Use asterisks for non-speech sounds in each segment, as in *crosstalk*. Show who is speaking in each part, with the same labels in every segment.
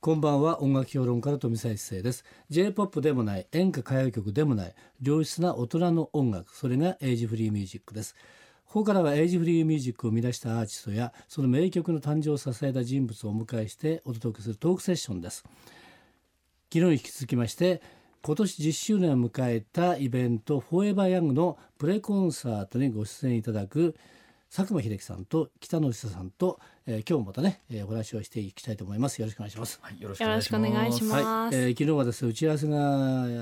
Speaker 1: こんばんは音楽評論家の富澤一世です J-POP でもない演歌歌謡曲でもない良質な大人の音楽それがエイジフリーミュージックですここからはエイジフリーミュージックを生み出したアーティストやその名曲の誕生を支えた人物をお迎えしてお届けするトークセッションです昨日に引き続きまして今年10周年を迎えたイベント「フォーエバーヤング」のプレコンサートにご出演いただく佐久間秀樹さんと北野久さんと、えー今日もまたね、えーお話をしていきたいと思いますよろしくお願いします
Speaker 2: はい、よろ
Speaker 3: よろしくお願いし
Speaker 2: は
Speaker 3: ます。
Speaker 1: えー昨日はですね打ち合わせ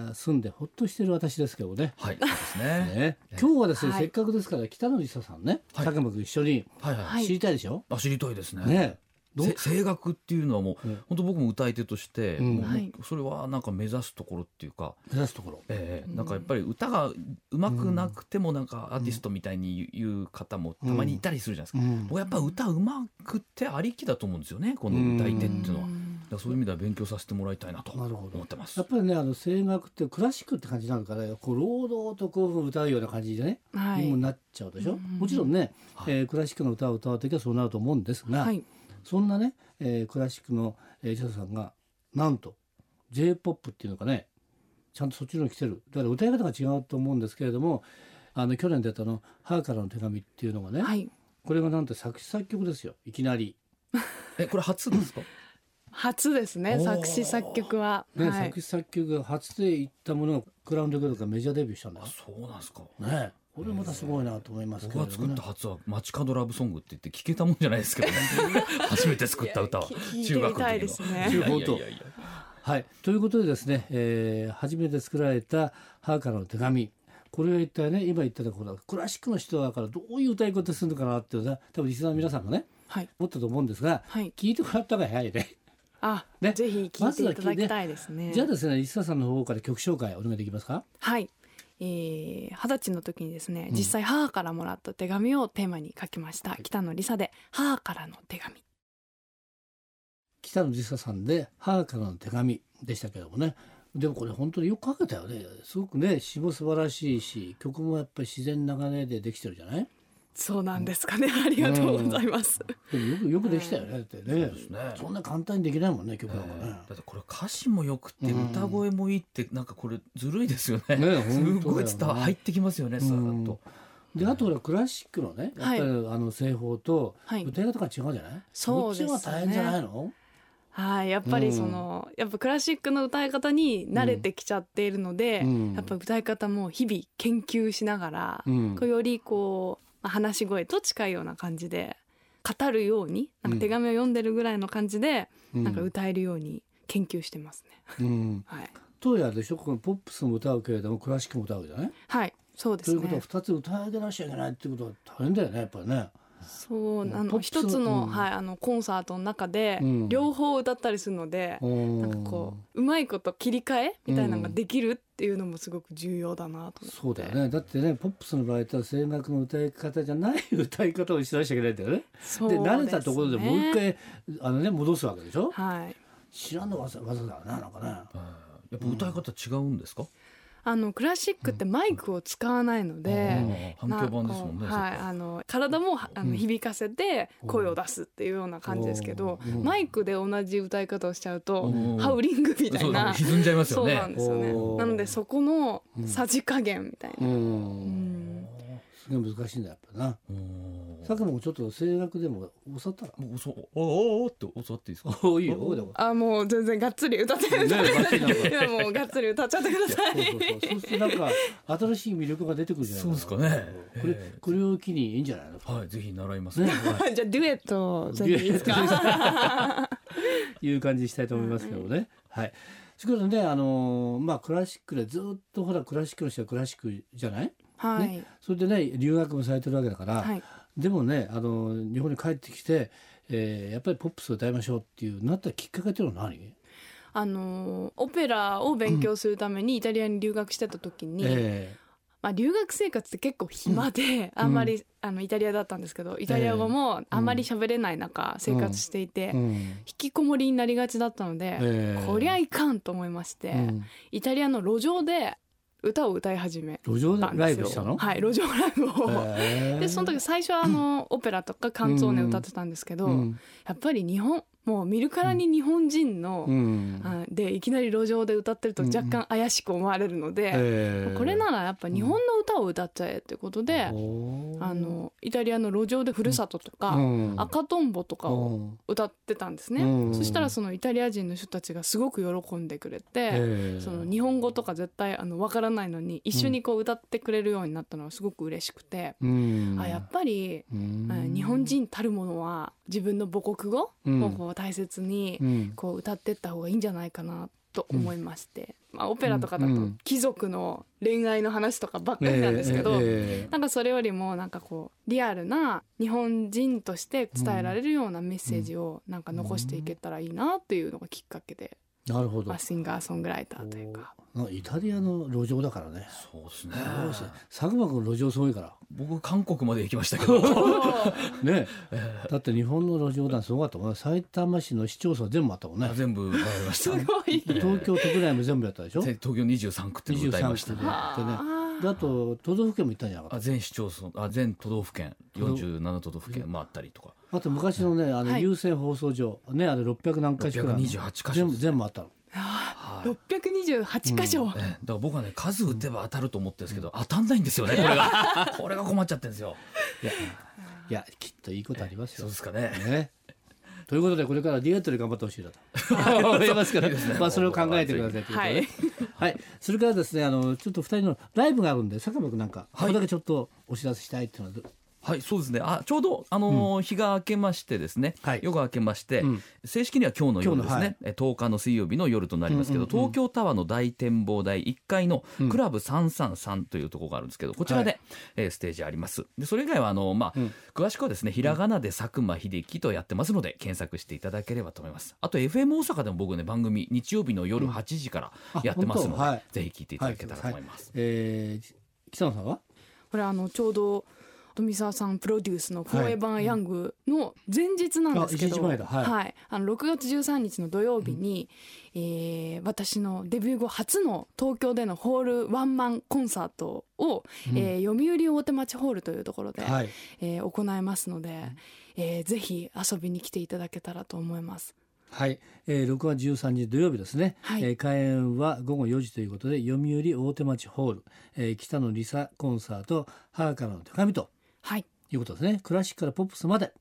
Speaker 1: が済んでほっとしてる私ですけどね
Speaker 2: い、そうですね。
Speaker 1: ね今日はですね、
Speaker 3: はい
Speaker 1: せっかくですから北野久さんね、
Speaker 2: はい
Speaker 1: 佐久間君一緒に
Speaker 2: はいはい。
Speaker 3: はい
Speaker 1: 知りたいでしょ、
Speaker 2: あ、知りたいですね。
Speaker 1: ねどう
Speaker 2: せ声楽っていうのはもう、
Speaker 1: うん
Speaker 2: 本当僕も歌い手として、
Speaker 1: うん
Speaker 2: もう
Speaker 3: はい
Speaker 2: それはなんか目指すところっていうか、
Speaker 1: 目指すところ
Speaker 2: ええなんかやっぱり歌が上手くなくてもなんかアーティストみたいに言う方もたまにいたりするじゃないですか。
Speaker 1: うん
Speaker 2: 僕やっぱ歌上手くてありきだと思うんですよね、この歌い手っていうのは。
Speaker 3: う
Speaker 2: だか
Speaker 3: ん
Speaker 2: らそういう意味では勉強させてもらいたいなと
Speaker 1: なるほど
Speaker 2: 思ってます
Speaker 1: やっ。ぱりねあの声楽ってクラシックって感じなのかねこう労働とこう歌うような感じでね、
Speaker 3: は
Speaker 1: にも
Speaker 3: い。
Speaker 1: なっちゃうでしょ、
Speaker 3: うん
Speaker 1: もちろんね、
Speaker 2: はい
Speaker 1: えークラシックの歌を歌う時はそうなると思うんですが、
Speaker 3: はい。
Speaker 1: そんなね、えークラシックのえージャズさんがなんと j p o p っていうのかねちゃんとそっちの方に来てるだから歌い方が違うと思うんですけれどもあの去年出たあの「母からの手紙」っていうのがね、
Speaker 3: はい。
Speaker 1: これがなんて作詞作曲ですよいきなり、
Speaker 2: え、これ初ですか？
Speaker 3: 初ですね。
Speaker 2: おー
Speaker 3: 作詞作曲は。
Speaker 1: ね
Speaker 3: はい
Speaker 1: 作。詞作曲が初でいったものがクラウンドグループがメジャーデビューしたんだ
Speaker 2: あ、
Speaker 1: よ
Speaker 2: そうなんですか。
Speaker 1: ねこれまたすごいなと思いますけれ
Speaker 2: 僕が
Speaker 1: ど
Speaker 2: 作っ
Speaker 1: ね
Speaker 2: た。初は「街角ラブソング」って言って聞けたもんじゃないですけどね *laughs* 初めて作った歌は中
Speaker 3: 聞いてみ
Speaker 2: 学の
Speaker 3: たい
Speaker 2: 時
Speaker 3: で
Speaker 2: の
Speaker 3: すね。
Speaker 1: 中
Speaker 2: いやい
Speaker 1: 本
Speaker 2: や
Speaker 1: 当
Speaker 2: いやいや
Speaker 1: はい、ということでですね、えー初めて作られた「母からの手紙」これは一体ね今言ってたこのクラシックの人だからどういう歌い方するのかなっていうのは多分リスナーの皆さんがね
Speaker 3: はい。
Speaker 1: 思ったと思うんですが
Speaker 3: はい。
Speaker 1: 聞いてもらった方が早いね。
Speaker 3: あ
Speaker 1: ね、
Speaker 3: ぜひ聞いていただきたいですね
Speaker 1: じゃあ。ですねリスナーさんの方から曲紹介お願いできますか。
Speaker 3: はい。えー二十歳の時にですね、実際母からもらった手紙をテーマに書きました。北野梨沙で母からの手紙。
Speaker 1: 北野実沙さんで「母からの手紙」でしたけどもねでもこれ本当によく書けたよねすごくね詩も素晴らしいし曲もやっぱり自然な流れでできてるじゃない
Speaker 3: そうなんですかね。ありがとうございます。
Speaker 1: でもよくよくできたよねだってね
Speaker 2: そうですね
Speaker 1: そんな簡単にできないもんね曲
Speaker 2: え
Speaker 1: なんかね。
Speaker 2: ーだってこれ歌詞もよくて
Speaker 1: うん
Speaker 2: 歌声もいいってなんかこれずるい *laughs* ですよね
Speaker 1: ね本当だよ
Speaker 2: す
Speaker 1: ね
Speaker 2: ごい伝わ入ってきますよねさーっと
Speaker 1: であとほらクラシックのねやっぱ
Speaker 3: は
Speaker 1: り
Speaker 3: い
Speaker 1: あの製法と
Speaker 3: はい
Speaker 1: 歌い方が違うじゃない、
Speaker 3: そうですね
Speaker 1: こっちは大変じゃないの
Speaker 3: はい、やっぱりその、やっぱクラシックの歌い方に慣れてきちゃっているので、
Speaker 1: うん
Speaker 3: やっぱ歌い方も日々研究しながら、
Speaker 1: うん
Speaker 3: こうよりこうまあ話し声と近いような感じで語るようになん
Speaker 1: うん
Speaker 3: か手紙を読んでるぐらいの感じで、
Speaker 1: うん
Speaker 3: なんか歌えるように研究してますね。
Speaker 1: うん
Speaker 3: はい、
Speaker 1: 当時あれでしょこのポップスも歌うけれどもクラシックも歌うじゃない、
Speaker 3: はい、そうで
Speaker 1: とい
Speaker 3: す
Speaker 1: うこと
Speaker 3: ね
Speaker 1: は。2つ歌い上げなきゃいけないっていうことは大変だよねやっぱりね。
Speaker 3: そう
Speaker 1: ポ
Speaker 3: あ
Speaker 1: ッ
Speaker 3: の
Speaker 1: プス
Speaker 3: 一つの、
Speaker 1: うん
Speaker 3: はいあのコンサートの中で、
Speaker 1: うん
Speaker 3: 両方歌ったりするので。
Speaker 1: な
Speaker 3: なんかこううまいこと切り替えみたいなのができるっていうのもすごく重要だなと思って
Speaker 1: そうだよねだってねポップスの場合とは声楽の歌い方じゃない歌い方をしなきゃいけないんだよね。
Speaker 3: そ
Speaker 1: で
Speaker 3: うですね
Speaker 1: 慣れたところでもう一回あの、ね、戻すわけでしょ
Speaker 3: はい
Speaker 1: 知らんの技技だよねなんかね。
Speaker 2: えーやっぱ歌い方違うんですか
Speaker 3: あのクラシックってマイクを使わないので、
Speaker 2: うん
Speaker 3: な
Speaker 2: 反響版ですもん
Speaker 3: こ
Speaker 2: ね
Speaker 3: うはいあの体もはあの
Speaker 1: うん
Speaker 3: 響かせて声を出すっていうような感じですけど、
Speaker 1: うん
Speaker 3: マイクで同じ歌い方をしちゃうと、
Speaker 2: うん
Speaker 3: ハウリングみた
Speaker 2: そ
Speaker 3: いう
Speaker 2: だ
Speaker 3: な、
Speaker 2: ね歪んじゃいますよ
Speaker 3: そう
Speaker 2: ね
Speaker 3: なんですよね
Speaker 1: おー
Speaker 3: なのでそこの
Speaker 1: うん
Speaker 3: さじ加減みたいな、
Speaker 1: うん
Speaker 3: うん
Speaker 1: すげえ難しいんだやっぱな。
Speaker 2: うん
Speaker 1: さっきもちょっと声楽でも教わったら。
Speaker 2: もうそうおーおーって教わっていいですか
Speaker 1: おいいよ。でも。
Speaker 3: あもう全然がっつり歌って
Speaker 1: ね
Speaker 3: ください、
Speaker 1: がっつりなんか
Speaker 3: いやもうがっつり歌っちゃってください
Speaker 1: そうそうそう。そうするとなんか新しい魅力が出てくるんじゃないかな。
Speaker 2: そうですかね
Speaker 1: これ
Speaker 2: ええ
Speaker 1: これを機にいいんじゃないの。
Speaker 2: はいぜひ習います
Speaker 1: ね
Speaker 2: *laughs* はい
Speaker 3: じゃあデュエットぜひいいです
Speaker 1: デュエ
Speaker 3: か
Speaker 1: いう感じにしたいと思いますけどね。はい。それからねあのーまあクラシックでずっとほらクラシックの人はクラシックじゃない。
Speaker 3: はい、
Speaker 1: それでね留学もされてるわけだから。
Speaker 3: はい
Speaker 1: でもねあのー日本に帰ってきて、えーやっぱりポップスを歌いましょうっていうなったきっかけっていうのは何？
Speaker 3: あのオペラを勉強するためにイタリアに留学してた時に、
Speaker 1: え
Speaker 3: まあ、留学生活って結構暇で、 *laughs* あんまり、あのイタリアだったんですけどイタリア語もあんまり喋れない中生活していて、
Speaker 1: えうん。
Speaker 3: 引きこもりになりがちだったので、
Speaker 1: ええ
Speaker 3: こりゃいかんと思いまして、
Speaker 1: うん
Speaker 3: イタリアの路上で歌を歌い始め
Speaker 1: 路上で
Speaker 3: たんですよ
Speaker 1: ライブしたの？
Speaker 3: はい路上ライブを、
Speaker 1: へえ
Speaker 3: でその時最初はあのオペラとかカンツォーネ歌ってたんですけど、
Speaker 1: うん
Speaker 3: やっぱり日本もう見るからに日本人の、あでいきなり路上で歌ってると若干怪しく思われるので、これならやっぱ日本の歌を歌っちゃえってことで、あのイタリアの路上で「ふるさと」とか、赤とんぼ」とかを歌ってたんですね、
Speaker 1: うん
Speaker 3: そしたらそのイタリア人の人たちがすごく喜んでくれて、その日本語とか絶対あのわからないのに一緒にこう歌ってくれるようになったのはすごく嬉しくて、あやっぱり、あ日本人たるものは自分の母国語をこう大切にこう歌ってった方がいいんじゃないかなと思いまして、まあ、オペラとかだ
Speaker 1: う
Speaker 3: と
Speaker 1: ん
Speaker 3: 貴族の恋愛の話とかばっかりなんですけど、なんかそれよりもなんかこうリアルな日本人として伝えられるようなメッセージをなんか残していけたらいいなっていうのがきっかけで、
Speaker 1: なるほど
Speaker 3: まあ、シンガーソングライターというか
Speaker 1: なイタリアの路上だからね
Speaker 2: そうですね。
Speaker 1: すごいですね佐久間君路上すごいから
Speaker 2: 僕韓国まで行きましたけ
Speaker 3: *laughs*
Speaker 2: ど。
Speaker 1: ねだって日本の路上団すごかったもんね埼玉市の市町村全部あったもんね
Speaker 2: 全部回りまし
Speaker 3: す
Speaker 2: た。
Speaker 3: ごい。
Speaker 2: え
Speaker 1: 東京都ぐらいも全部やったでしょ
Speaker 2: で東京二十三区っていうのを歌いました
Speaker 1: 23区。で
Speaker 3: あ
Speaker 1: *laughs*
Speaker 3: ー
Speaker 1: だと都道府県も行ったんじゃなか
Speaker 2: あ
Speaker 1: っ
Speaker 2: 全市町村あ全都道府県四十七都道府県回ったりとか。
Speaker 1: たあと昔のねあの
Speaker 3: はい
Speaker 1: 優先放送所ねあれ600何箇所くらい
Speaker 2: 628箇所
Speaker 1: 全部全部あったの
Speaker 2: はい。
Speaker 3: 六百二十八箇所、
Speaker 2: ええだから僕はね数打てば当たると思ってるんですけど、当たんないんですよねこれがこれが困っちゃってるんですよ。
Speaker 1: いやいやきっといいことあります
Speaker 2: そう
Speaker 1: よ
Speaker 2: ですかね。
Speaker 1: ね。ということでこれからディエットで頑張ってほしいなと *laughs* 思いますからまあそれを考えてくださいということで、
Speaker 3: はい
Speaker 1: はい、それからですねあのちょっと2人のライブがあるんで坂本君なんか、
Speaker 2: は
Speaker 1: こ
Speaker 2: い
Speaker 1: れだけちょっとお知らせしたいっていうのはど
Speaker 2: はい、そうですね。あ、ちょうど、あのー日が明けましてですね。
Speaker 1: はい
Speaker 2: 夜が明けまして、
Speaker 1: うん
Speaker 2: 正式には今日の
Speaker 1: 今
Speaker 2: 夜で
Speaker 1: 日
Speaker 2: す
Speaker 1: のはい
Speaker 2: ね。え10日の水曜日の夜となりますけど、
Speaker 1: うんうんうん
Speaker 2: 東京タワーの大展望台1階の
Speaker 1: うん
Speaker 2: クラブ333というところがあるんですけど、こちらで、
Speaker 1: は
Speaker 2: えーステージあります。で、それ以外は、あのまあ、
Speaker 1: うん
Speaker 2: 詳しくはですね、ひらがなで佐久間秀樹とやってますので、検索していただければと思います。あと、FM 大阪でも僕ね、番組、日曜日の夜8時からやってます
Speaker 1: あ本
Speaker 2: ので、
Speaker 1: 当はい
Speaker 2: ぜひ聞いていただけたらと思います。
Speaker 1: えー、北野さんは
Speaker 3: これあのちょうど富澤さんプロデュースの「フォーエバーヤング」の前日なんですけ
Speaker 1: あ一
Speaker 3: ど、
Speaker 1: 日前だはい
Speaker 3: あの6月13日の土曜日に、えー私のデビュー後初の東京でのホールワンマンコンサートを、えー読売大手町ホールというところで、
Speaker 1: はい
Speaker 3: えー行いますので、えーぜひ遊びに来ていただけたらと思います。
Speaker 1: はい、えー、6月13日土曜日ですね、
Speaker 3: はい
Speaker 1: えー開演は午後4時ということで読売大手町ホール、えー北野梨沙コンサート「母からの手紙」と
Speaker 3: はい、
Speaker 1: いうことですねクラシックからポップスまで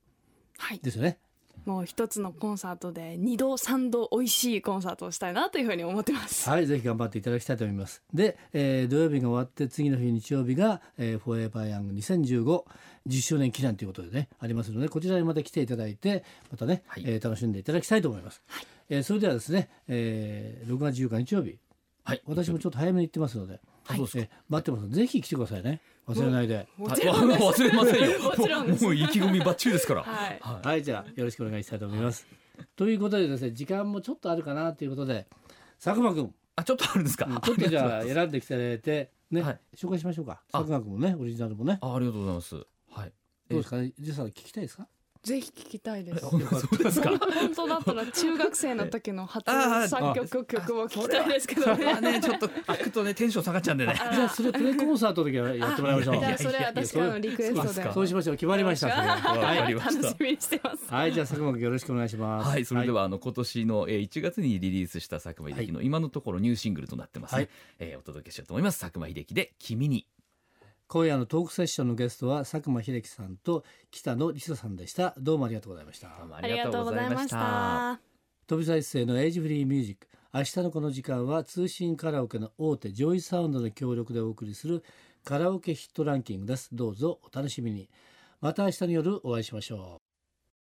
Speaker 3: はい、
Speaker 1: ですよね
Speaker 3: もう一つのコンサートで二度三度美味しいコンサートをしたいなというふうに思ってます。
Speaker 1: はい、ぜひ頑張っていただきたいと思います。で、えー土曜日が終わって次の日日曜日が、えーフォーエバーヤング2015 10周年記念ということでねありますのでこちらにまた来ていただいてまたね、
Speaker 2: はい
Speaker 1: えー楽しんでいただきたいと思います。えーそれではですね、えー6月14日日曜日
Speaker 2: はい、
Speaker 1: 私もちょっと早めに行ってますので、
Speaker 2: あそうですか
Speaker 1: えー待ってますのでぜひ来てくださいね忘れないで。
Speaker 3: もちろんです
Speaker 2: はい忘れませんよ。
Speaker 3: *laughs* もちろんです
Speaker 2: もう意気込みばっちりですから。
Speaker 3: はい
Speaker 1: はい、じゃあよろしくお願いしたいと思います。ということでですね時間もちょっとあるかなということで佐久間君
Speaker 2: あ、ちょっとあるんですか。
Speaker 1: うんちょっとじゃあ選んできていただいて、ね、
Speaker 2: はい
Speaker 1: 紹介しましょうか。
Speaker 2: あ
Speaker 1: 佐久間君もね、オリジナルもね。
Speaker 2: あ、ありがとうございます。はい。
Speaker 1: どうですかね、ジェイさん聞きたいですか。
Speaker 3: ぜひ聞きたい *laughs* です。
Speaker 2: そうですか。
Speaker 3: 本当だったら中学生の時の初作曲曲も聞きたいですけどね。
Speaker 2: ね、ちょっと聞くとね、テンション下がっちゃうんでね。
Speaker 1: じゃあ、それプレコンサートの時はやってもらいましょう。
Speaker 3: じゃあそれは私からのリクエ
Speaker 1: そ
Speaker 3: ス
Speaker 1: う
Speaker 3: ト
Speaker 1: です
Speaker 3: で
Speaker 1: か。そうしましょう。決まりました。それは
Speaker 2: わか
Speaker 1: はい
Speaker 2: りま
Speaker 3: 楽
Speaker 2: した
Speaker 3: し。みにしてます。
Speaker 1: はい、じゃあ、佐久間君よろしくお願いします。
Speaker 2: はい、それでは、あの、今年のえー1月にリリースした佐久間秀樹の今のところニューシングルとなってます
Speaker 1: は
Speaker 2: ね
Speaker 1: い。
Speaker 2: えーお届けしようと思います。佐久間秀樹で、君に。
Speaker 1: 今夜のトークセッションのゲストは佐久間秀樹さんと北野梨沙さんでした。どうもありがとうございました。
Speaker 2: どうもありがとうございました。
Speaker 3: あ
Speaker 1: 飛び一世のエイジフリーミュージック明日のこの時間は通信カラオケの大手ジョイサウンドの協力でお送りするカラオケヒットランキングですどうぞお楽しみにまた明日の夜お会いしましょう